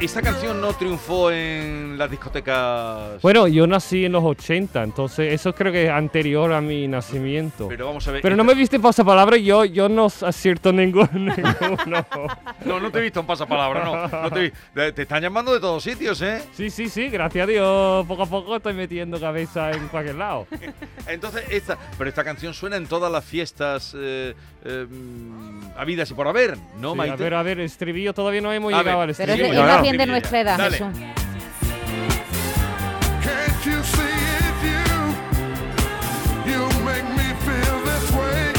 Esta Eh, canción no triunfó en las discotecas. Bueno, yo nací en los 80, entonces eso creo que es anterior a mi nacimiento. Pero vamos a ver. Pero no me viste en pasapalabra, yo, yo no acierto ninguno. ninguno. No, no te he visto en pasapalabra, no. no te, vi- te están llamando de todos sitios, ¿eh? Sí, sí, sí, gracias a Dios. Poco a poco estoy metiendo cabeza en cualquier lado. Entonces, esta. Pero esta canción suena en todas las fiestas eh, eh, habidas y por haber, ¿no, Sí, a Maite? ver, a ver, estribillo todavía no hemos A llegado ver, este al Pero Sí, estribillo. es, de- es claro. más bien de nuestra edad, Dale. Jesús. Can't you see it's you? You make me feel this way.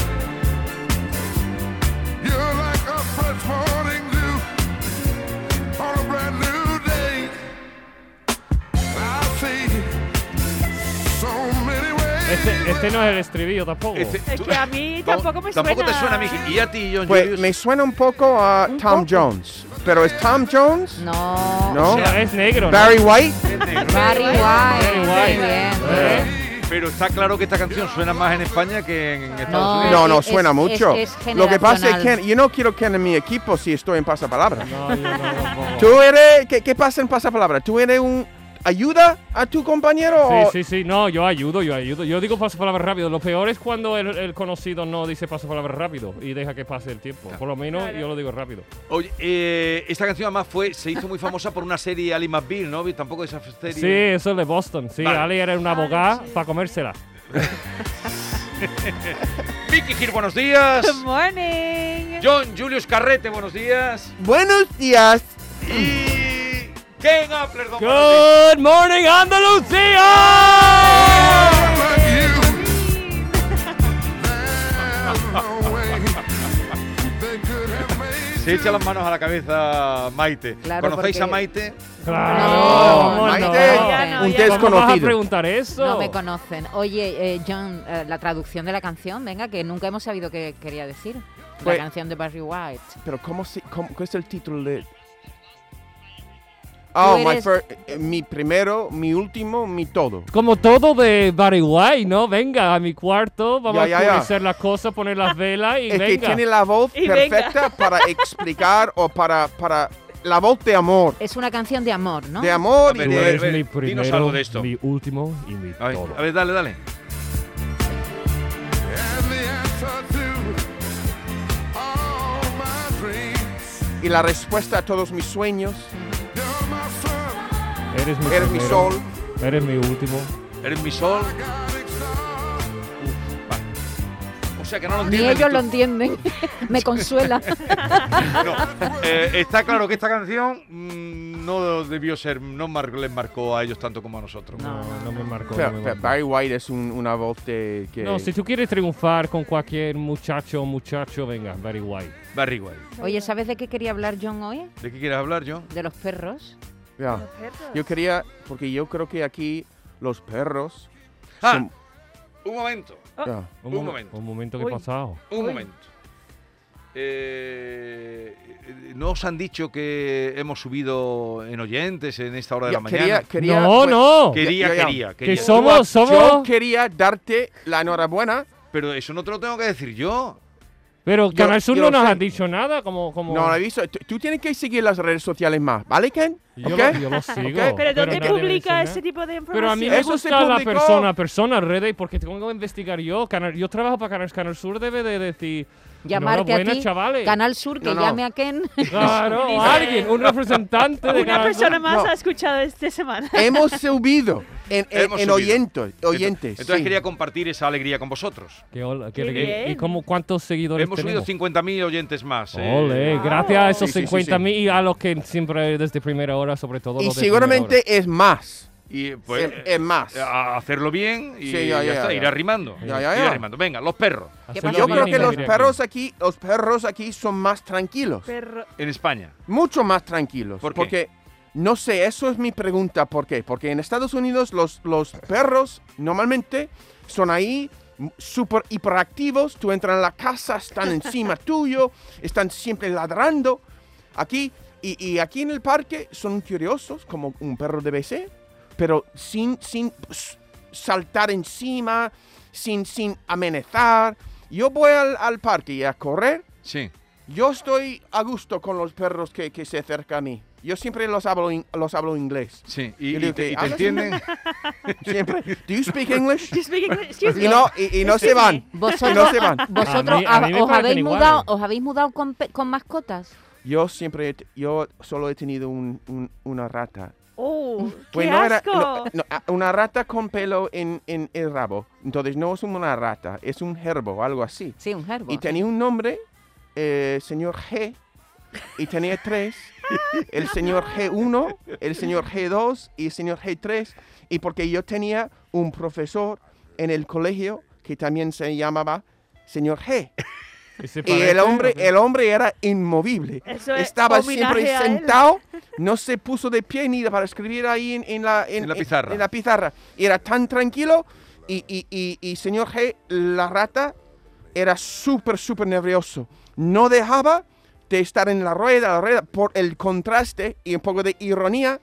You're like a fresh morning dew on a brand new day. I see so many Este, ways. este no es el estribillo tampoco. Este- Es tú- que a mí Tam- tampoco me Tampoco te suena a suena. mí. Y a ti, John Pues Julius? me suena un poco a Tom Jones. Pero es Tom Jones, No. ¿no? No, es negro, ¿no? Barry White. Barry Barry White. White. Muy bien. ¿Eh? Pero está claro que esta canción suena más en España que en Estados No. Unidos. No, no, es- suena es- mucho. es Lo que pasa es generacional. que yo no quiero que en mi equipo si estoy en pasapalabra. No, yo no tampoco. ¿Tú eres. ¿Qué, qué pasa en pasapalabra? ¿Tú eres un. ayuda a tu compañero? Oh. o- Sí, sí, sí, no, yo ayudo, yo ayudo. Yo digo pasapalabra rápido. Lo peor es cuando el, el conocido no dice pasapalabra rápido y deja que pase el tiempo. Por lo menos yo lo digo rápido. Oye, eh, esta canción además fue, se hizo muy famosa por una serie Ali McBeal, ¿no? Tampoco esa serie. Sí, eso es de Boston. Sí, Vale. Ali era una abogada para comérsela. Vicky Gil, buenos días. Good morning. John Julius Carrete, buenos días. Buenos días. Mm. Y. Ken Applerdon, buenos días. Good morning, Andalucía. But you, there's no way they could have made Se echa las manos a la cabeza Maite. Claro, ¿Conocéis a porque- Maite? Claro. No, ¿cómo Maite, no, un ya test no. ¿Cómo vas a conocido. preguntar eso? No me conocen. Oye, eh, John, eh, la traducción de la canción, venga, que nunca hemos sabido qué quería decir. La Pues- canción de Barry White. Pero ¿cómo se. Cómo, ¿Cuál es el título de.? Oh, my eres- fir- eh, mi primero, mi último, mi todo. Como todo de Barry White, ¿no? Venga, a mi cuarto, vamos Ya, a ya, ya. oscurecer las cosas, poner las velas y es que venga. tiene la voz Y venga. perfecta para explicar o para, para la voz de amor. Es una canción de amor, ¿no? De amor A ver, y de... a ver. Eres mi dinos primero, algo de esto. mi último y mi A ver, todo. a ver, dale, dale. And the answer to all my dreams. Y la respuesta a todos mis sueños. You're my sun, Eres mi, Eres mi primero, sol. Eres mi último. Eres mi sol. guiding star. O sea que no lo Ni entiendes. ellos lo tú. entienden. me consuela. No. Eh, está claro que esta canción mm, no debió ser, no mar- les marcó a ellos tanto como a nosotros. No, no, me marcó. Pero- no, me pero marcó. Barry White es un- una voz de... Que... No, si tú quieres triunfar con cualquier muchacho o muchacho, venga, Barry White. Barry White. Oye, ¿sabes de qué quería hablar John hoy? ¿De qué quieres hablar, John? De los perros. Ya. Yo quería, porque yo creo que aquí los perros... Ah, son- un momento. Ah. ya. Un momen- momento. Un momento que he Uy. pasado. Un Uy. momento. Eh, eh, ¿No os han dicho que hemos subido en oyentes en esta hora de Ya, la quería, mañana? quería, no, bueno, no. Quería, Ya, ya, ya. quería, Que quería. somos- yo- Yo somos- quería darte la enhorabuena. Pero eso no te lo tengo que decir yo. Pero Canal Sur yo no lo nos sé. ha dicho nada. Como, como... No, aviso. Tú, tú tienes que seguir las redes sociales más, ¿vale, Ken? yo, ¿Ok? lo, yo lo sigo. Pero ¿Pero dónde nadie me publica dice ese nada. tipo de información? Pero a mí me Eso se gusta la publicó. persona a persona, redes, porque tengo que investigar yo. Canal, yo trabajo para Canal, Canal Sur, debe de decir Llamarte a Enhorabuena, ti, chavales. Canal Sur, que No, no. llame a Ken. Claro, o alguien, un representante de Una cada- persona más No. ha escuchado esta semana. Hemos subido en, en, Hemos en subido. oyentes. oyentes Entonces, entonces sí. quería compartir esa alegría con vosotros. Qué hola, qué Qué alegría. ¿Y bien. cómo, cuántos seguidores Hemos subido tenemos? 50.000 oyentes más. eh. Ole, Wow. gracias a esos Sí, sí, sí, 50.000 y a los que siempre desde primera hora, sobre todo. Y los de primera hora. seguramente es más. Y pues, es, es más. a hacerlo bien y Sí, ya ya, ya, está, ya. ir arrimando. Ya, ya, ir ya. arrimando. Venga, los perros ¿Qué Hacerlo pasó? Pues Yo bien creo y que los alegría. perros aquí, los perros aquí son más tranquilos. Perro. en España. mucho más tranquilos. ¿Por qué? Porque, no sé, eso es mi pregunta, ¿por qué? Porque en Estados Unidos los, los perros normalmente son ahí m- súper hiperactivos, tú entras en la casa, están encima tuyo, están siempre ladrando. Aquí, y, y aquí en el parque son curiosos, como un perro de BC, pero sin, sin s- saltar encima, sin, sin amenazar. Yo voy al, al parque y a correr Sí. yo estoy a gusto con los perros que, que se acercan a mí. Yo siempre los hablo, in- los hablo inglés. Sí, y, Yo y digo te, que y te hablas- entienden. Siempre. ¿Do you speak English? You speak English? Excuse me. Y no, y, y no se van. Y Vosotros, no se van. vosotros A mí- a mí me os, parecen habéis iguales. mudado, os habéis mudado con, pe- con mascotas. Yo siempre, he t- yo solo he tenido un- un- una rata. Oh, qué Pues no era- asco. no, no, a- una rata con pelo en, en el rabo. Entonces no es una rata, es un gerbo o algo así. Sí, un gerbo. Y tenía un nombre, eh, señor G, y tenía tres, el señor G1, el señor G2 y el señor G3, y porque yo tenía un profesor en el colegio que también se llamaba señor G. Y, se Y el parece, hombre, ¿no? el hombre era inmovible. Eso es Estaba homenaje siempre a él. sentado, no se puso de pie ni para escribir ahí en, en la, En la pizarra. en la pizarra. Y Era tan tranquilo y, y- y- y señor G, la rata, era súper, súper nervioso. No dejaba de estar en la rueda, la rueda, por el contraste y un poco de ironía,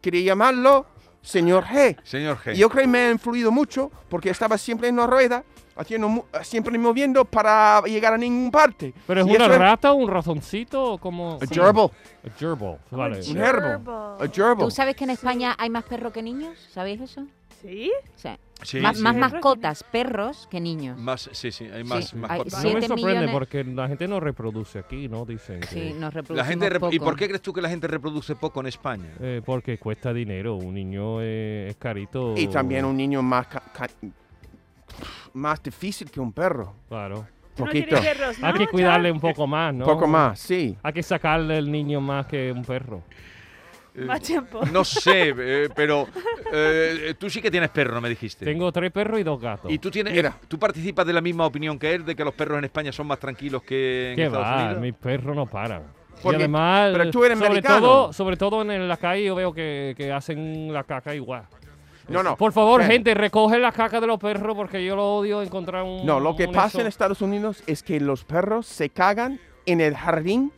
quería llamarlo señor G. Señor G. Y Yo creo que me ha influido mucho porque estaba siempre en una rueda, haciendo, mu- siempre moviendo para llegar a ningún parte. ¿Pero es Y una eso rata, un ratoncito o como...? A gerbil. A gerbil, vale. Un gerbo. A gerbil. ¿Tú sabes que en España hay más perros que niños? ¿Sabéis eso? ¿Sí? Sí. Sí, más, sí. más Perros que mascotas, perros que niños. Más- sí, sí, hay más. Sí, más hay- cosas. No me Siete sorprende millones. porque la gente no reproduce aquí, ¿no? Dicen que... Sí, nos La reproducimos gente rep- ¿Y poco. por qué crees tú que la gente reproduce poco en España? eh, porque cuesta dinero, un niño eh, es carito. Y también un niño más, ca- ca- más difícil que un perro. Claro. Tú no Poquito. tienes perros, ¿no, Hay que John? cuidarle un poco más, ¿no? Ah, Poco más, sí. Hay que sacarle el niño más que un perro. Eh, Más tiempo. No sé, eh, pero eh, tú sí que tienes perro, me dijiste. Tengo tres perros y dos gatos. Y tú tienes, eh, Mira. tú participas de la misma opinión que él de que los perros en España son más tranquilos que en ¿Qué Estados va? Unidos. Mis perros no paran. Porque- y además, pero tú eres sobre americano. todo, sobre todo en, en la calle yo veo que, que hacen la caca igual. No, no. Por favor, Ven. gente, recoge la caca de los perros porque yo lo odio encontrar un No, lo que un pasa eso. en este Estados Unidos es que los perros se cagan en el jardín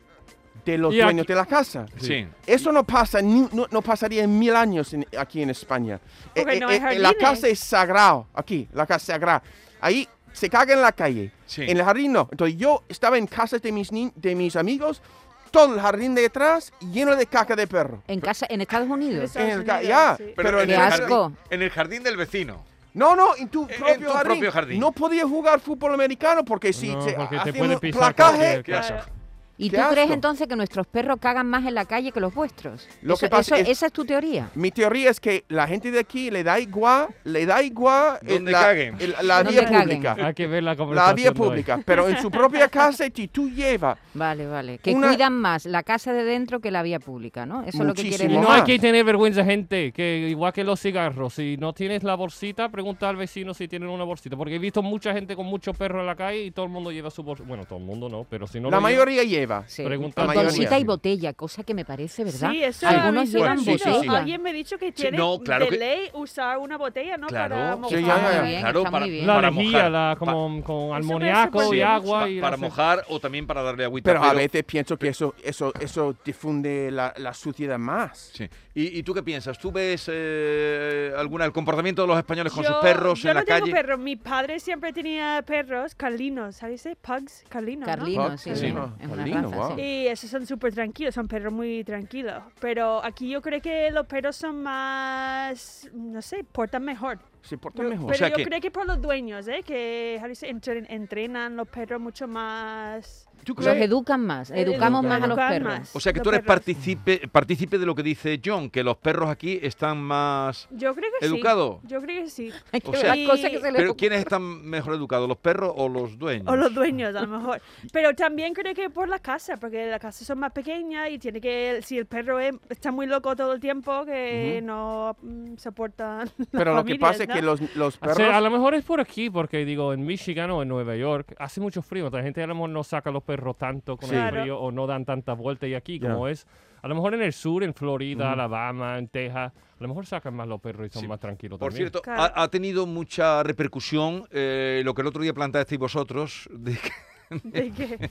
de los Y aquí- dueños de la casa. Sí. Eso no pasa, ni- no, no pasaría en mil años en- aquí en España. Eh, Porque no hay la jardines. casa es sagrado, aquí, la casa es sagrada. Ahí se caga en la calle, Sí. en el jardín no. Entonces yo estaba en casa de mis, ni- de mis amigos, todo el jardín de detrás lleno de caca de perro. En, casa, en Estados Unidos. Estados En el ca- Unidos, ya, sí. pero en Qué el asco. jardín- jardín, en el jardín del vecino. No, no, en tu, En propio, tu jardín. propio jardín. No podía jugar fútbol americano porque si No, se porque te hacía puede un pisar placaje, cualquier cosa. Claro. ¿Y Qué tú crees asco. entonces que nuestros perros cagan más en la calle que los vuestros? Lo Eso- que eso- pasa es- Esa es tu teoría. Mi teoría es que la gente de aquí le da igual, le da igual eh, Donde la, caguen. el- la Donde vía caguen. pública. Hay que ver la conversación. La vía de hoy. pública. Pero en su propia casa, si tú llevas Vale, vale. Que Una- cuidan más la casa de dentro que la vía pública, ¿no? Eso es lo que Muchísimo quieres Y no más. decir. hay que tener vergüenza, gente, que igual que los cigarros, si no tienes la bolsita, pregunta al vecino si tienen una bolsita, porque he visto mucha gente con muchos perros en la calle y todo el mundo lleva su bolsa. Bueno, todo el mundo no, pero si no lo la lleva- mayoría lleva. Sí. Pregunta a la mayoría. Bolsita y botella, cosa que me parece, ¿verdad? Sí, eso Algunos habéis llevan oído. sí, sí, sí. botella. Alguien me ha dicho que Sí, tiene no, claro de que- ley usar una botella, ¿no? Para Claro, mojar. Sí, ya, ya, ya. bien, claro, está muy para, bien. la para lejía, mojar, la, pa- como, con me almoniaco sorprende y mucho. agua. pa- y para la- mojar o también para darle agüita. Pero a veces pienso que eso, eso, eso difunde la, la suciedad más. Sí. ¿Y, y tú qué piensas? ¿Tú ves eh, alguna el comportamiento de los españoles con sus Yo- perros yo en no la tengo calle? perros. Mi padre siempre tenía perros carlinos, ¿sabes? Eh, Pugs, carlinos, ¿no? Carlino, sí, Sí, sí, no, es una Carlino, raza, wow. sí. Y esos son súper tranquilos, son perros muy tranquilos. Pero aquí yo creo que los perros son más, no sé, portan mejor. se portan Yo- mejor. Pero sea yo que- creo que por los dueños, ¿eh? Que ¿sabes? Entren- entrenan los perros mucho más. ¿Tú Los crees? educan más, Eh, educamos educan más a los más. perros. O sea que los tú eres perros. partícipe, partícipe de lo que dice John, que los perros aquí están más... Yo creo que ¿Educado? sí. Yo creo que sí. Hay que o ver sea- las cosas que se les ¿Pero ocurren. quiénes están mejor educados, los perros o los dueños? O los dueños, a lo mejor. Pero también creo que por la casa, porque las casas son más pequeñas y tiene que, si el perro es- está muy loco todo el tiempo, que no mm, soportan. las Pero lo que familias, pasa ¿no? es que los, los O sea, a perros... lo mejor es por aquí, porque digo, en Michigan o en Nueva York hace mucho frío. La gente a lo mejor no saca los perros tanto con Sí. el Claro. frío o no dan tantas vueltas. Y aquí, Ya. como es, a lo mejor en el sur, en Florida, Ujú. Alabama, en Texas, a lo mejor sacan más los perros y son Sí. más tranquilos Por también. cierto, Claro. ha, ha tenido mucha repercusión eh, lo que el otro día planteasteis vosotros, de que- De que-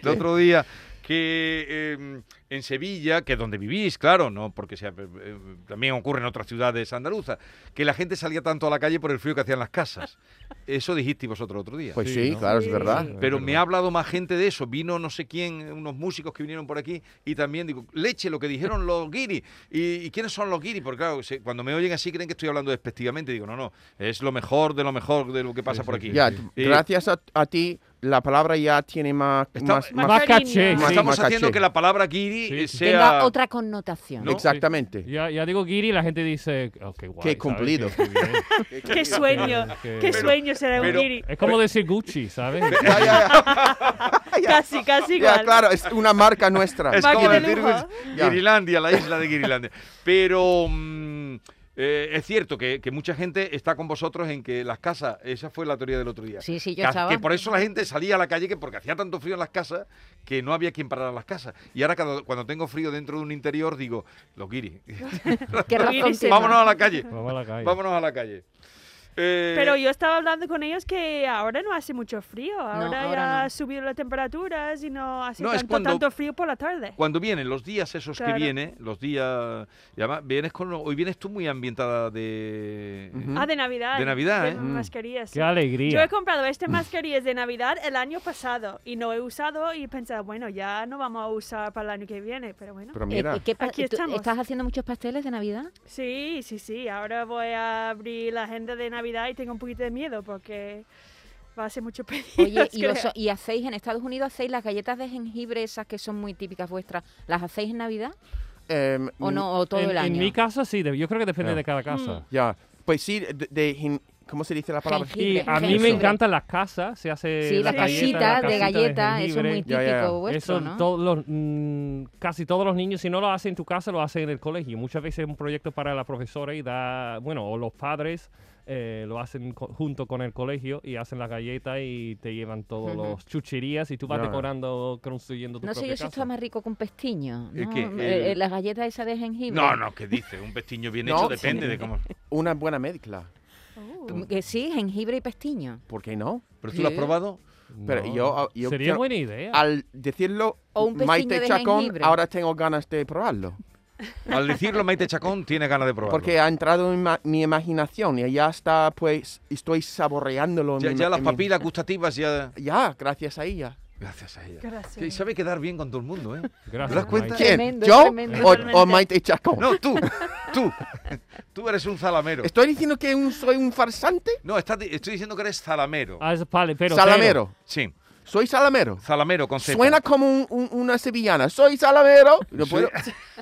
el otro día que eh, en Sevilla, que es donde vivís, claro, no porque sea, eh, también ocurre en otras ciudades andaluzas, que la gente salía tanto a la calle por el frío que hacían las casas. Eso dijisteis vosotros el otro día. Pues Sí, sí, ¿no? claro, es Sí. verdad. Sí. Pero me verdad. ha hablado más gente de eso. Vino no sé quién, unos músicos que vinieron por aquí y también digo, leche, lo que dijeron los guiri. ¿Y, y quiénes son los guiri? Porque claro, se- cuando me oyen así creen que estoy hablando despectivamente. Digo, no, no, es lo mejor de lo mejor de lo que pasa sí, por sí, aquí. sí. Ya, Sí. t- gracias a, a ti, la palabra ya tiene más... Está- más- Más más- Más caché. cariño. sí. Estamos macaché. haciendo que la palabra guiri Sí, eh, sí. sea... Tenga otra connotación. No. Exactamente. Ya, ya digo Giri, la gente dice, oh, qué guay. Qué ¿sabes? cumplido. Qué- qué bien". Qué sueño. Qué- Qué Pero- sueño será un pero- guiri. es como decir Gucci, ¿sabes? Ya, ya, ya. Ya, Casi, casi ya, igual. claro, es una marca nuestra. Es Más como que de decir lujo. ¿eh? Guis- Ya. Guirilandia, la isla de Guirilandia. Pero mm, eh, es cierto que, que mucha gente está con vosotros en que las casas, esa fue la teoría del otro día. Sí, sí, yo que, estaba. que por eso la gente salía a la calle, que porque hacía tanto frío en las casas, que no había quien parara las casas. Y ahora cuando, cuando tengo frío dentro de un interior, digo, los guiri, Qué Pero razón viene tiene. vámonos a la calle, Vamos a la calle. vámonos a la calle. Eh, Oh, Pero yo estaba hablando con ellos que ahora no hace mucho frío. ahora Ahora, ya no. ha subido las temperaturas y no hace No, es tanto, cuando- tanto frío por la tarde. Cuando vienen los días esos Claro. que vienen, los días... Y además, vienes con... Hoy vienes tú muy ambientada de... Ujú. Ah, de Navidad. De Navidad, ¿eh? Mm. mascarillas. sí. Qué alegría. Yo he comprado este estas mascarillas de Navidad el año pasado y no he usado y he pensado, bueno, ya no vamos a usar para el año que viene, pero bueno. Pero Eh, mira, eh, ¿qué pa- Aquí tú- estamos. ¿Estás haciendo muchos pasteles de Navidad? Sí, sí, sí, ahora voy a abrir la agenda de Navidad y tengo un poquito de miedo porque va a ser mucho pedidos. Oye, y, creo. os- y hacéis en Estados Unidos hacéis las galletas de jengibre esas que son muy típicas vuestras, ¿las hacéis en Navidad em, o no o todo en, el en año? Mm. mi casa sí, de- yo creo que depende Ya. de cada casa. Ya, pues sí, de, de gen- ¿cómo se dice la palabra? Jengibre. Y a mí me jengibre. encantan las casas, se hace Sí, las eh, la galleta, casitas la de casita galleta, eso es jengibre. muy típico Ya, ya. vuestro, Eso ¿no? todos los, mm, casi todos los niños, si no lo hacen en tu casa, lo hacen en el colegio. Muchas veces es un proyecto para la profesora y da, bueno, o los padres eh, lo hacen co- junto con el colegio y hacen las galletas y te llevan todos Ujú. los chucherías y tú vas Ya. decorando, construyendo tu No sé propia yo si casa. está más rico que un pestiño. ¿El ¿no? qué? Eh, El- las galletas esas de jengibre. No, no, ¿qué dice? Un pestiño bien No. hecho depende de cómo... Una buena mezcla. Uh, Mm, Que sí, jengibre y pestiño. ¿Por qué no? ¿Pero tú lo has Sí. probado? Pero No. yo- ah, yo Sería quiero- buena idea. Al decirlo, O un pestiño Maite de Chacón, jengibre. ahora tengo ganas de probarlo. Al decirlo, Maite Chacón tiene ganas de probarlo. Porque ha entrado en ma- mi imaginación y ya está, pues, estoy saboreándolo. en ya, mi- ya las en mi- papilas gustativas ya... Ya, gracias a ella. Gracias a ella. gracias. Que sabe quedar bien con todo el mundo, ¿eh? ¿Te das Gracias. cuenta? Mike. ¿Quién? Tremendo, ¿Yo tremendo. o- o, Totalmente. Maite Chacón? No, tú, tú. Tú eres un zalamero. ¿Estoy diciendo que un- soy un farsante? No, estás di- estoy diciendo que eres zalamero. Ah, es pale- pero- salamero. Sí, Soy salamero. zalamero con Z. Suena como un- un- una sevillana. Soy salamero. No puedo-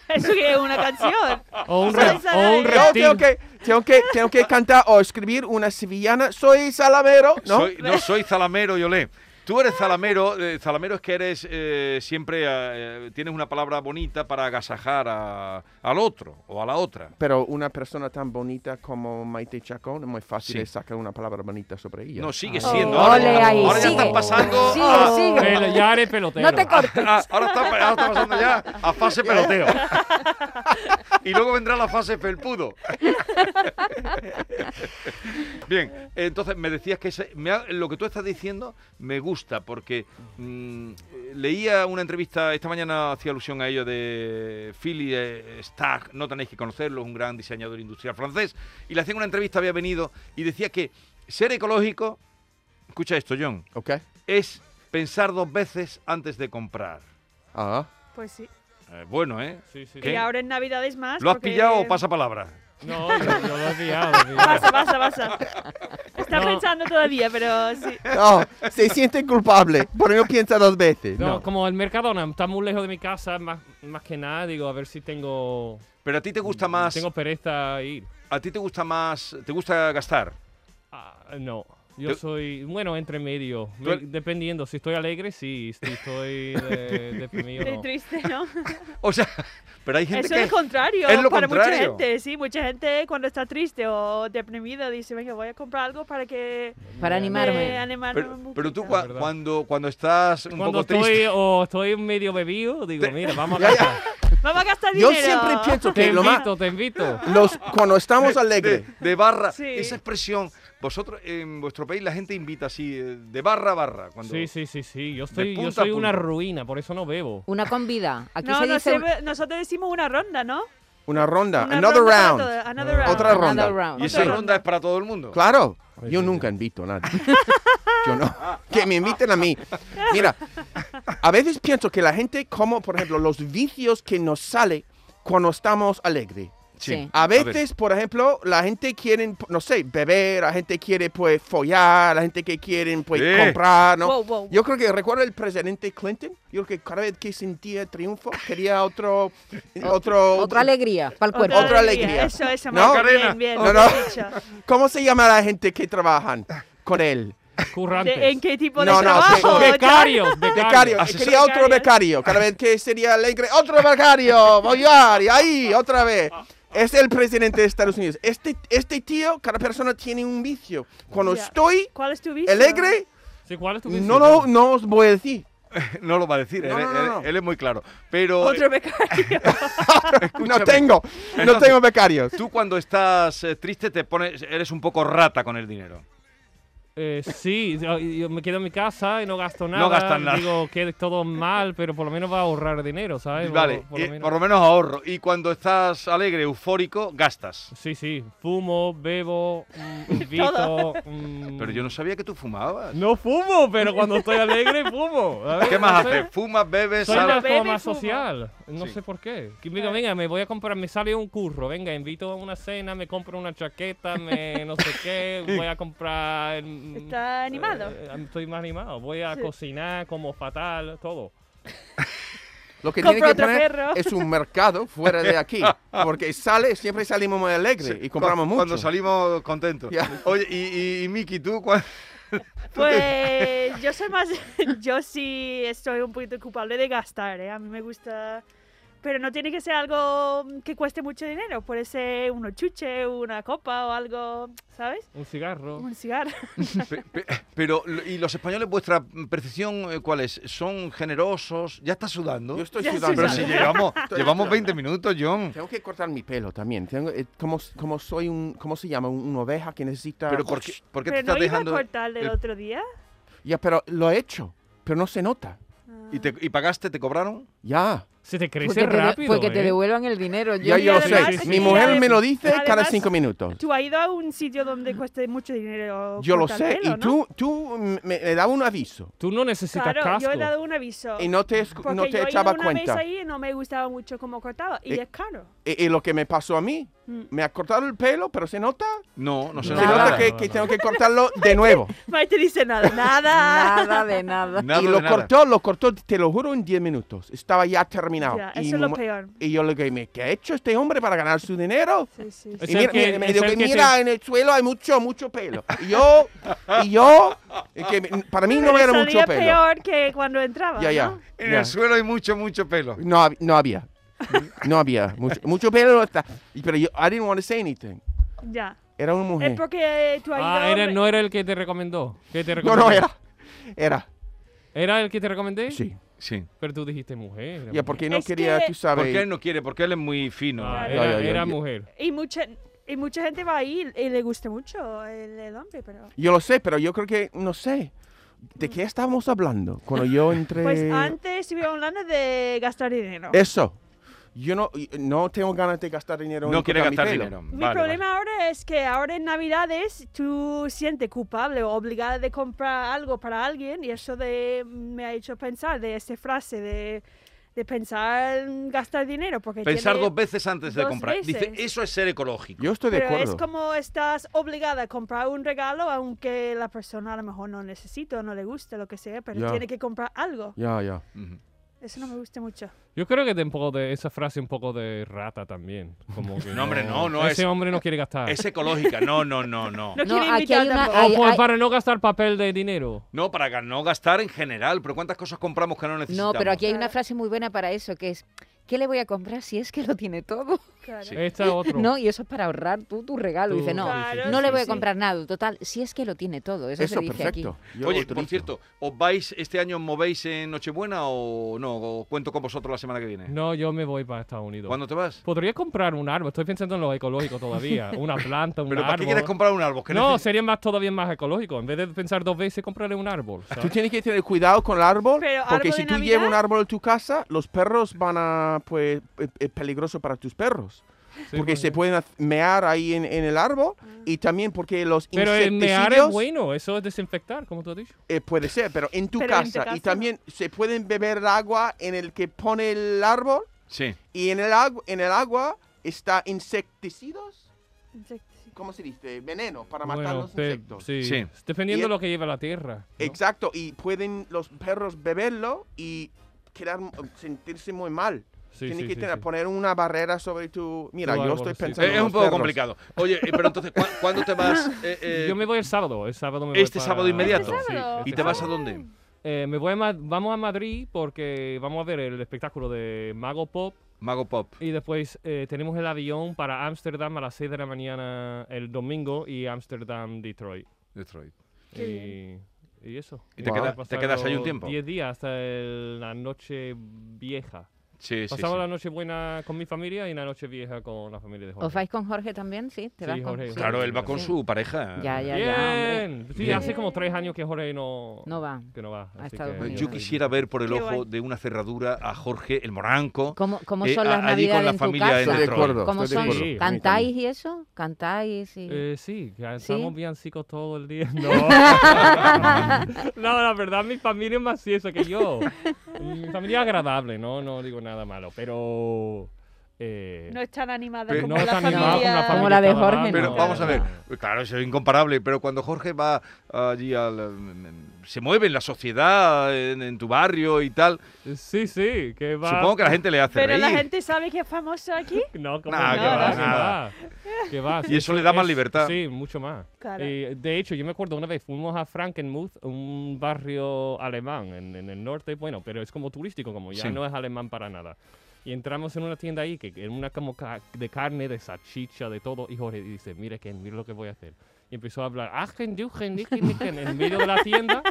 Eso que es una canción. pero- O un, Soy re- o un salamero. Yo reptil. tengo que, tengo, que, tengo que cantar o escribir una sevillana. Soy salamero, ¿no? Soy, no, soy zalamero, Yolé. Tú eres zalamero. eh, zalamero es que eres eh, siempre... eh, tienes una palabra bonita para agasajar a- al otro o a la otra. Pero una persona tan bonita como Maite Chacón es muy fácil Sí. de sacar una palabra bonita sobre ella. No, sigue Oh. siendo. Ole Ahora, ahí, ahora ya sigue. están pasando Sigue, a- sigue. Pelo- ya eres pelotero. No te cortes. Ah, ahora, está, ahora está pasando ya a fase peloteo. Y luego vendrá la fase felpudo. Bien, entonces me decías que ese- me ha- lo que tú estás diciendo me gusta porque mm, leía una entrevista, esta mañana hacía alusión a ello de Philly eh, Stagg, no tenéis que conocerlo, es un gran diseñador industrial francés, y le hacían una entrevista, había venido y decía que ser ecológico, escucha esto John, ¿Ok? es pensar dos veces antes de comprar. Ah. Pues sí. Eh, bueno, ¿eh? Sí, sí, ¿Qué? Y ahora en Navidad es más. ¿Lo has porque- pillado o pasa palabra? No, yo, yo lo he pillado, lo he pillado. Pasa, pasa, pasa. Está No. pensando todavía, pero sí. No, se siente culpable, pero no piensa dos veces. No, No. como el Mercadona está muy lejos de mi casa, más, más que nada, digo, a ver si tengo, Pero a ti Mm, te gusta Ah, más. tengo pereza a ir. A ti te gusta más. ¿Te gusta gastar? Ah, no, Yo- yo soy, bueno, entre medio, Tú- Me- dependiendo, si estoy alegre, sí, si estoy eh, deprimido, Estoy no. triste, ¿no? O sea, pero hay gente Eso que. es contrario es lo para mucha contrario. gente, sí. Mucha gente cuando está triste o deprimida dice, venga, voy a comprar algo para que Para me animarme. animarme Pero, un pero tú poquito". cua- verdad. cuando, cuando estás un Cuando poco triste. estoy, o estoy medio bebido, digo, mira, vamos a Ya, ya. casa. Vamos a gastar Yo dinero. siempre pienso Te que lo más, invito, te invito. los, cuando estamos De, alegres, de barra, Sí. esa expresión. Vosotros en vuestro país la gente invita así, eh, de barra a barra. Cuando, Sí, sí, sí, sí. Yo, estoy, yo punta a soy una punta. ruina, por eso no bebo. Una convida. Aquí No, se no dice sé, nosotros decimos una ronda, ¿no? una ronda, Una another ronda para round. todo, another round. Otra ronda. Y another Ah, round. esa Otra ronda es para todo el mundo. Claro, Ay, yo sí, nunca invito a nadie. Yo no. Que me inviten a mí. Mira, a veces pienso que la gente, como por ejemplo, los vicios que nos sale cuando estamos alegres. Sí. A ver. veces, por ejemplo, la gente quiere, no sé, beber, la gente quiere, pues, follar, la gente que quieren, pues, Sí. comprar, ¿no? Wow, wow. Yo creo que, recuerdo el presidente Clinton, yo creo que cada vez que sentía triunfo, quería otro, otro, Otra alegría para el cuerpo. Otra alegría. Eso, eso, No, Marco, Karina. bien, bien. No, bien no. dicho. ¿cómo se llama la gente que trabajan con él? Currantes. Ah, De- ¿En qué tipo de No, no, trabajo? sí. John? Becarios, becarios. Becario, Asesor- quería otro becario. Cada vez que sería alegre, otro becario, follar, y ahí, otra vez. Es el presidente de Estados Unidos. Este, este tío, cada persona tiene un vicio. Cuando Ya. estoy ¿Cuál es tu vicio? alegre, Sí, ¿cuál es tu no, vicio? lo, no os voy a decir. No lo va a decir, No, él, no, no, él- no. él es muy claro. Pero eh, Otro becario. No tengo, no Entonces- tengo becarios. eh, tú cuando estás eh, triste te pones, eres un poco rata con el dinero. Eh, sí, yo, yo me quedo en mi casa y no gasto nada. gastas nada. Digo que es todo mal, pero por lo menos va a ahorrar dinero, ¿sabes? vale, Por- eh, menos- por lo menos ahorro. Y cuando estás alegre, eufórico, gastas. Sí, sí. Fumo, bebo, mm, invito. mm, Pero yo no sabía que tú fumabas. No fumo, pero cuando estoy alegre fumo. ¿sabes? ¿Qué más No sé. haces? ¿Fumas, bebes, Soy sal- una Bebe y coma fuma. social, no Sí. sé por qué. Que digo, venga, me voy a comprar, me sale un curro, venga, invito a una cena, me compro una chaqueta, me no sé qué, voy a comprar... mm, Está animado. eh, estoy más animado, voy a Sí. cocinar como fatal, todo. Lo que Compra tiene que otro poner perro. es un mercado fuera de aquí. Porque sale, siempre salimos muy alegres y compramos cu- mucho. Cuando salimos contentos. Ya. Oye, y, y, y Miki, tú, cuál- Pues yo soy más, yo sí estoy un poquito culpable de gastar, ¿eh? a mí me gusta, pero no tiene que ser algo que cueste mucho dinero, puede ser unos chuche, una copa o algo, ¿sabes? Un cigarro. Un cigarro. Pe- pe- Pero, lo- ¿y los españoles, vuestra percepción eh, cuál es? ¿Son generosos? ¿Ya estás sudando? Yo estoy Ya estoy sudando. Pero si llevamos, Estoy llevamos sudando. 20 minutos, John. Tengo que cortar mi pelo también. Tengo, eh, como, como soy un, ¿cómo se llama? Un- Una oveja que necesita... Pero ¿por qué, por qué te Pero estás no iba a dejando...? cortar el el- otro día. Ya, pero lo he hecho, pero no se nota. ¿Y, te- y pagaste? ¿te cobraron? Ya. Se te crece Porque te, de- rápido. porque ¿eh? te devuelvan el dinero. Ya Y yo lo además- sé. sí, Mi sí. mujer además- me lo dice cada además- cinco minutos. Tú has ido a un sitio donde cueste mucho dinero. Yo lo cortar sé. el pelo, Y tú, tú mm, me, me daba un aviso Tú no ¿no? necesitas Claro, casco. yo he dado un aviso. y no te, escu- porque no yo te he ido echaba una cuenta. vez ahí y no me gustaba mucho cómo cortaba. Y Eh, es caro. Y, y lo que me pasó a mí, Mm. me ha cortado el pelo, pero se nota, No, no se se Nada. nota nota. que, No, que no, tengo que cortarlo de nuevo. Maite dice nada. Nada. Nada de nada. Nada y de lo nada. cortó, lo cortó, te lo juro, en 10 minutos. Estaba ya terminado. Ya, y, eso es lo mu- peor. y yo le dije, ¿qué ha hecho este hombre para ganar su dinero? Sí, sí, Es Y el mira, que- mira, me es dijo el que que te- mira, en el suelo hay mucho, mucho pelo. Y yo, y yo, y que me- para mí no Pero era mucho salía pelo. peor que cuando entraba. Ya, ya. ¿no? En ya. el suelo hay mucho, mucho pelo. No, hab- no había. No había. Mucho, mucho pelo no está. Y- Pero yo, I didn't want to say anything. Ya. Era una Es mujer. porque eh, tú has Ah, ido- era, no era el que te recomendó. que te No, recomendó? no, era. Era. ¿Era el que te recomendé? Sí. Sí. Pero tú dijiste mujer. Ya, porque no Es quería, que- tú Porque él sabes. no quiere, porque él es muy fino. Eh, Ah, Claro. era, Ya, ya, ya, era ya. mujer. Y mucha, y mucha gente va ahí y le gusta mucho el, el hombre, pero... Yo lo sé, pero yo creo que, no sé. ¿De qué estábamos hablando cuando yo entré? Pues antes estuve hablando de gastar dinero. Eso. Yo no, no tengo ganas de gastar dinero en No quiere cortar mi gastar dinero. pelo. Mi Vale, problema ahora es que ahora en Navidades tú sientes culpable o obligada de comprar algo para alguien y eso de, me ha hecho pensar de esta frase de de pensar en gastar dinero. Porque Pensar tiene- dos veces antes de dos comprar. Dice, veces. eso es ser ecológico. Yo estoy de Pero acuerdo. es como estás obligada a comprar un regalo, aunque la persona a lo mejor no necesita, o no le guste, lo que sea, pero Ya. tiene que comprar algo. Ya, ya. Ujú. Eso no me gusta mucho. Yo creo que de un poco de esa frase un poco de rata también. Como que No, hombre, no, no Ese es- hombre no quiere gastar. Ah. Es ecológica. No, no, no, no. No, No, quiero aquí invitar hay una- tampoco. O Ay, por- ay. para no gastar papel de dinero. No, para ga- no gastar en general, pero ¿cuántas cosas compramos que no necesitamos? No, pero aquí hay una Claro. frase muy buena para eso, que es, ¿qué le voy a comprar si es que lo tiene todo? Claro. Sí. Este es otro. No, y eso es para ahorrar tú tu regalo. Tú- Dice, no, Claro, no le sí, voy a sí. comprar nada. Total, si es que lo tiene todo. Eso, Eso, se dice perfecto. aquí. Yo Oye, utilizo. por cierto, ¿os vais este año, os movéis en Nochebuena o no? O cuento con vosotros la semana que viene. No, yo me voy para Estados Unidos. ¿Cuándo te vas? Podría comprar un árbol. Estoy pensando en lo ecológico todavía. Una planta, un ¿Pero para árbol. qué quieres comprar un árbol? ¿Que No, neces- sería más, todavía más ecológico. En vez de pensar dos veces, comprarle un árbol. ¿sabes? Tú tienes que tener cuidado con el árbol, Pero, porque ¿árbol si de tú Navidad? llevas un árbol en tu casa, los perros van a, pues, es es peligroso para tus perros. Sí, porque se podría. pueden haz- mear ahí en, en el árbol Mm. y también porque los Pero el mear es insecticidios, bueno. Eso es desinfectar, como tú has dicho. eh, puede ser, pero en tu Pero en casa, tu y casa también se pueden beber el agua en el que pone el árbol Sí. y en el agua en el agua está insecticidas, Insecticida. ¿cómo se dice? Veneno para matar Bueno, los te- insectos. sí. Sí. e Dependiendo de Y- lo que lleva la tierra. ¿no? Exacto, y pueden los perros beberlo y quedar mm, sentirse muy mal. Sí, Tienes sí, que sí, tener- sí. poner una barrera sobre tu. Mira, Tu yo árbol, estoy sí. pensando. Eh, en es un los poco perros. complicado. Oye, eh, pero entonces, ¿cu- ¿cuándo te vas? Eh, eh, Yo me voy el sábado, el sábado me voy este para- sábado inmediato. ¿Este sábado? ¿Y te vas a dónde? Eh, me voy a Ma- vamos a Madrid porque vamos a ver el espectáculo de Mago Pop Mago Pop. y después eh, tenemos el avión para Ámsterdam a las 6 de la mañana el domingo y Ámsterdam Detroit. Detroit. Qué Y, y eso. ¿Y te Vamos a queda- te pasar quedas ahí un los tiempo? 10 días hasta el- la noche vieja. Sí, sí, Pasamos sí. la noche buena con mi familia y la noche vieja con la familia de Jorge. ¿Os vais con Jorge también? Sí, te Sí, vas con Jorge. sí. Claro, él va con Sí. su pareja. Ya, ya, ya. hombre. Bien. Sí, Bien. hace como tres años que Jorge no, No va. que no va. Ha así estado que- con Eh, ellos. Yo quisiera ver por el Qué ojo guay. de una cerradura a Jorge el Moranco. ¿Cómo, cómo Eh, son a- las allí con navidades la en tu familia en casa? Estoy de Detroit. acuerdo. ¿Cómo estoy son? de Sí, acuerdo. muy ¿Cantáis y eso? ¿Cantáis y...? Eh, sí, que ¿Sí? estamos villancicos todo el día. No. no, la verdad, mi familia es más tiesa que yo. Mi familia es agradable, no, no digo nada malo, pero. eh, No es tan animada Pero no como la es tan familia. animado como la familia. Como la de que estaba Jorge, antes. no. Pero vamos a ver, Claro. claro, eso es incomparable, pero cuando Jorge va allí, al, em, se mueve en la sociedad, en, en tu barrio y tal, Sí, sí, que va. supongo que la gente le hace Pero reír. la gente sabe que es famoso aquí. No, como Nah, que que va, va, que nada. va. Que va, Y eso le da más es- libertad. Sí, mucho más. Claro. Y, de hecho, yo me acuerdo una vez, fuimos a Frankenmuth, un barrio alemán en, en el norte, bueno, pero es como turístico, como ya Sí. no es alemán para nada. Y entramos en una tienda ahí, que que era una como ca- de carne, de salchicha, de todo, y Jorge dice, mira Ken, mira lo que voy a hacer. Y empezó a hablar, "Ah, "Achen, duchen, dichen, dichen", en medio de la tienda.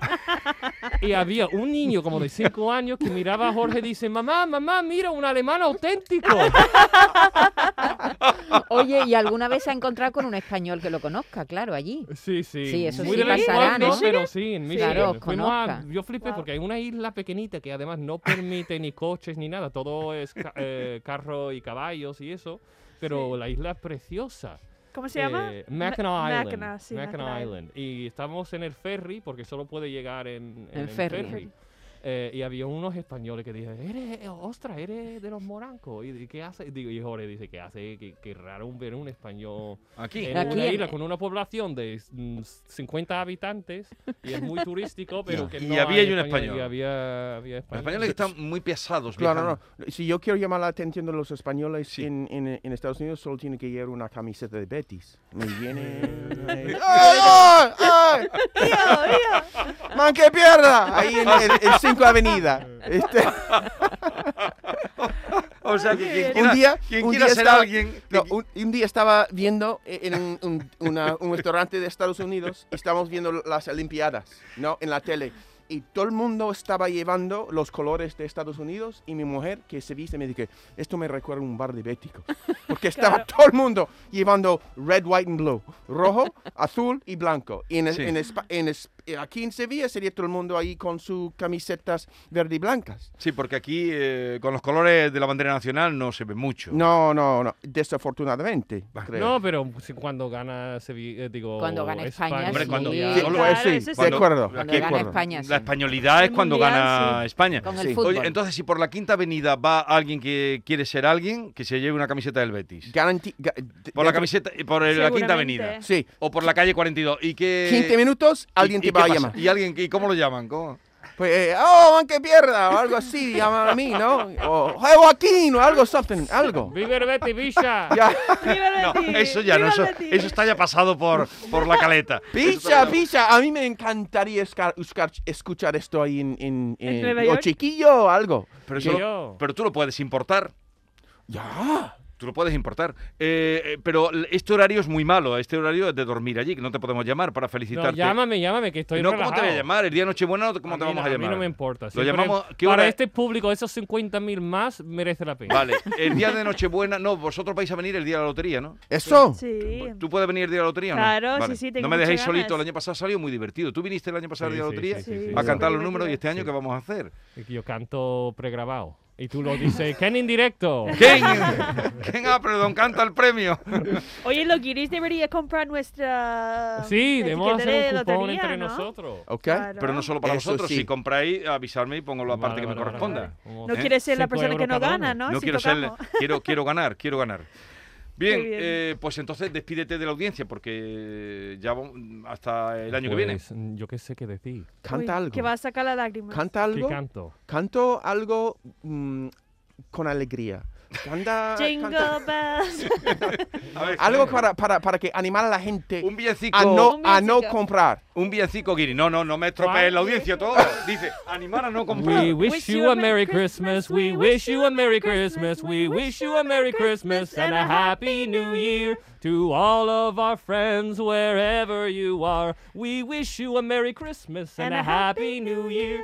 Y había un niño como de 5 años que miraba a Jorge y dice, mamá, mamá, mira, un alemán auténtico. Ah, Oye, ¿y alguna vez se ha encontrado con un español que lo conozca? Claro, allí. Sí, sí. Sí, eso Muy sí de vez en pasará, cuando, ¿no? Pero sí, en Michigan. Claro, Fuimos a- conozca. yo flipé Wow. porque hay una isla pequeñita que además no permite ni coches ni nada. Todo es ca- eh, carro y caballos y eso. Pero la isla es preciosa. ¿Cómo se llama? Eh, Ma- Mackinac Island. Mackinac, sí, Mackinac Mackinac Island. Y estamos en el ferry porque solo puede llegar en, en En ferry. Eh, y había unos españoles que dijeron, eres, ostras, eres de los morancos. ¿Y, y qué hace? Y digo, y Jorge dice, ¿qué hace? Qué, qué raro ver un español Aquí. en Aquí una en- isla con una población de mm, 50 habitantes y es muy turístico, Ya. pero que Y no había hay y un español, español. Y había, había Los español. españoles que están muy pesados. Claro, viajando. no, no. Si yo quiero llamar la atención de los españoles Sí. en, en- en Estados Unidos, solo tiene que llevar una camiseta de Betis. Me viene. ¡Ay, ay, ay! Tío, tío. ¡Man que pierda! Ahí en el, el 5 Avenida. Este, O sea, que quien quiera, Un un día, quien un quiera día ser estaba- alguien... no, un, un día estaba viendo e, en un, un- una- un restaurante de Estados Unidos, y estábamos viendo las Olimpiadas, ¿no? En la tele. Y todo el mundo estaba llevando los colores de Estados Unidos y mi mujer que se viste me dijo, esto me recuerda a un bar de Bético. Porque estaba todo el mundo llevando red, white and blue, rojo, azul y blanco. Y en, Sí. en, Espa- en, es- eh, aquí en Sevilla sería todo el mundo ahí con sus camisetas verde y blancas. Sí, porque aquí eh, con los colores de la bandera nacional no se ve mucho. No, no, no. Desafortunadamente, creo. No, pero si- cuando gana Sevilla, eh, digo, Cuando gana España, Hombre, cuando- sí. Sí, Solo- pues sí, eso sí. de acuerdo. Cuando Cuando aquí gana acuerdo. España, sí. La españolidad es El cuando mundial, gana sí. España. Con Sí. el fútbol. Oye, entonces si por la quinta avenida va alguien que quiere ser alguien, que se lleve una camiseta del Betis. Garanti- ga- de- Por la dentro- camiseta, eh, por el- la quinta Seguramente. avenida. Sí. O por la calle 42. Y que... 15 minutos, Eh, ¿Y- alguien y te qué va a pasa? llamar. ¿Y alguien? ¿Y cómo lo llaman? ¿Cómo? Pues, eh, oh, man, que pierda, o algo así, llaman a mí, ¿no? O, hey, Joaquín, o algo, something, algo. ¡Vive el Betis, bicha! Ya. No, ¡Viva Betis! eso ya no, ¡Viva eso, Betis! eso está ya pasado por, por la caleta. Picha, picha, a mí me encantaría esca- buscar- escuchar esto ahí en, en, ¿En en- Nueva o York? chiquillo o algo. Pero, Yo- eso lo- pero tú lo puedes importar. Ya. Tú lo puedes importar. Eh, eh, pero l- este horario es muy malo. Este horario es de dormir allí, que no te podemos llamar para No, felicitarte. llámame, llámame, que estoy No, ¿cómo te voy a relajado. llamar? ¿El día de Nochebuena cómo te mí vamos no- a llamar? mí no me importa. Lo Siempre- llamamos... ¿qué para hora es? este público, esos 50.000 más merece la pena. Vale, el día de Nochebuena... No, vosotros vais a venir el día de la lotería, ¿no? Eso. Sí. ¿Tú puedes venir el día de la lotería o no? Claro, sí, Vale. sí, tengo No me dejéis muchas solito. El ganas. año pasado salió muy divertido. Tú viniste el año pasado Sí, el día de la sí, lotería sí, sí, sí, a sí. cantar los Divertido. números y este año ¿qué vamos a hacer? Es que Yo canto pregrabado. Y tú lo dices, Ken indirecto. ¿Quién? ¿Quién? Ah, perdón, canta el premio. Oye, los guiris debería comprar nuestra. Sí, debemos etiqueta de hacer un cupón lotería, entre ¿no? nosotros. Ok. Claro. Pero no solo para Eso vosotros. sí. Si compráis, avisarme y pongo la Vale, parte que vale, me vale, corresponda. vale. Como- No ¿Eh? quieres ser la Cinco persona euros que no cada gana, uno. ¿no? No Si quiero ser, tocamos. quiero, quiero ganar, quiero ganar. Bien, Qué bien. eh, pues entonces despídete de la audiencia porque ya vamos- hasta el año que viene. Pues, mm, Yo qué sé qué decir. Canta Uy, algo. Que va a sacar la lágrima. Canta ¿Qué algo. canto? Canto algo mm, con alegría. Canta. Jingle canta- bells. A ver, Algo para, para, para que animar a la gente un villancico, a no, Un a no villancico. comprar. un villancico guiri. No, no, no me estropees la audiencia todo. Dice, animar a no comprar. We wish you a Merry Christmas, we wish you a Merry Christmas, we wish you a Merry Christmas and a Happy New Year to all of our friends wherever you are. We wish you a Merry Christmas and a Happy New Year.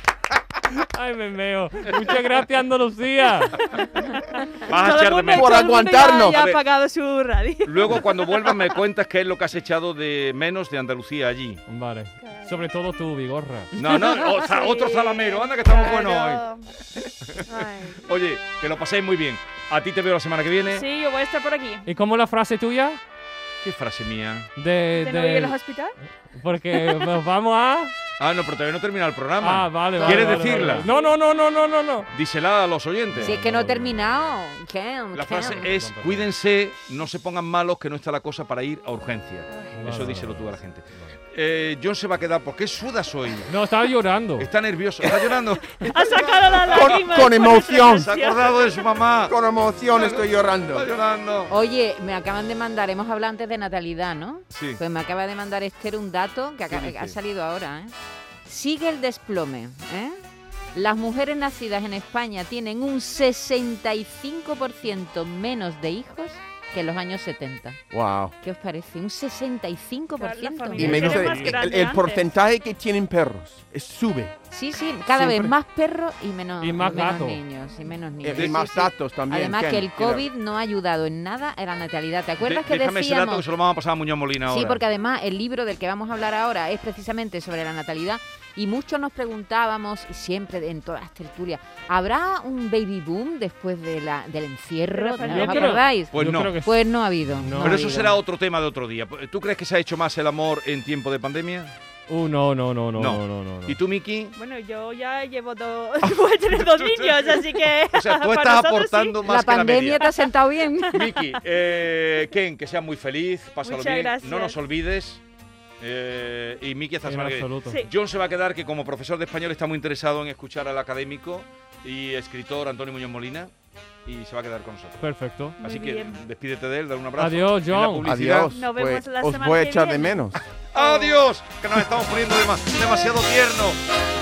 Ay, me meo. Muchas gracias, Andalucía. Vas a Todo el echar de mundo- menos. Por todo el mundo ya- aguantarnos. Ya A ha ver. pagado su radio. Luego cuando vuelvas me cuentas qué es lo que has echado de menos de Andalucía allí. Vale. Sobre todo tú, Vigorra. No, no, o sea, otro Sí. salamero, anda que estamos Claro. buenos hoy. Ay. Oye, que lo paséis muy bien. A ti te veo la semana que viene. Sí, yo voy a estar por aquí. ¿Y cómo es la frase tuya? Qué frase mía. De, ¿Te no ir de, al hospital? porque nos vamos a. Ah, no, pero todavía no termina el programa. Ah, vale, vale. ¿Quieres vale, vale. decirla? No, no, no, no, no, no, no. Dísela a los oyentes. Si es que no he terminado. Ken, La Ken. frase es, cuídense, no se pongan malos, que no está la cosa para ir a urgencia. Eso díselo tú a la gente. Eh, John se va a quedar, porque sudas hoy? No, estaba llorando. Está nervioso, está llorando. Ha sacado la Con- lágrima. con nuestra emoción. Se ha canción. acordado de su mamá. Con emoción estoy Está llorando. llorando. Oye, me acaban de mandar, hemos hablado antes de natalidad, ¿no? Sí. Pues me acaba de mandar Esther un dato que acá- ¿Qué dice? ha salido ahora, ¿eh? Sigue el desplome, ¿eh? Las mujeres nacidas en España tienen un 65% menos de hijos que en los años 70. Wow. ¿Qué os parece? Un 65%. Claro, la Y familia. me Era gusta más el- el, grande el antes. porcentaje que tienen perros. es- sube. Sí, sí, cada Siempre. vez más perros y menos, Y más menos gatos. niños. Y menos Eh, niños. Y Sí, más sí. datos también. Además Ken, que el quiero- COVID no ha ayudado en nada a la natalidad. ¿Te acuerdas De- que déjame ese dato que decíamos? se lo vamos a pasar a Muñoz Molina ahora. Sí, porque además el libro del que vamos a hablar ahora es precisamente sobre la natalidad y muchos nos preguntábamos, y siempre en todas las tertulias, ¿habrá un baby boom después de la, del encierro? De la ¿No ¿Os pandemia. acordáis? Pues Yo no. creo que sí. Pues no ha habido. No. no ha Pero eso habido. será otro tema de otro día. ¿Tú crees que se ha hecho más el amor en tiempo de pandemia? Uh, no, no, no, no, No. no, no, no. ¿Y tú, Miki? Bueno, yo ya llevo dos. Voy a tener dos niños, así que. O sea, tú para estás nosotros sí. aportando La más que la pandemia media. te ha sentado bien. Miki, eh, Ken, que seas muy feliz, pásalo Muchas bien, gracias. no nos olvides. eh, y Miki esta En semana que viene. absoluto. Sí. John se va a quedar que como profesor de español está muy interesado en escuchar al académico y escritor Antonio Muñoz Molina y se va a quedar con nosotros. Perfecto. Muy Así que bien. despídete de él, dale un abrazo. Adiós, En la John. publicidad. Adiós. Nos vemos pues, la os semana voy a que echar de viene. menos. Adiós, que nos estamos poniendo dema- demasiado tiernos.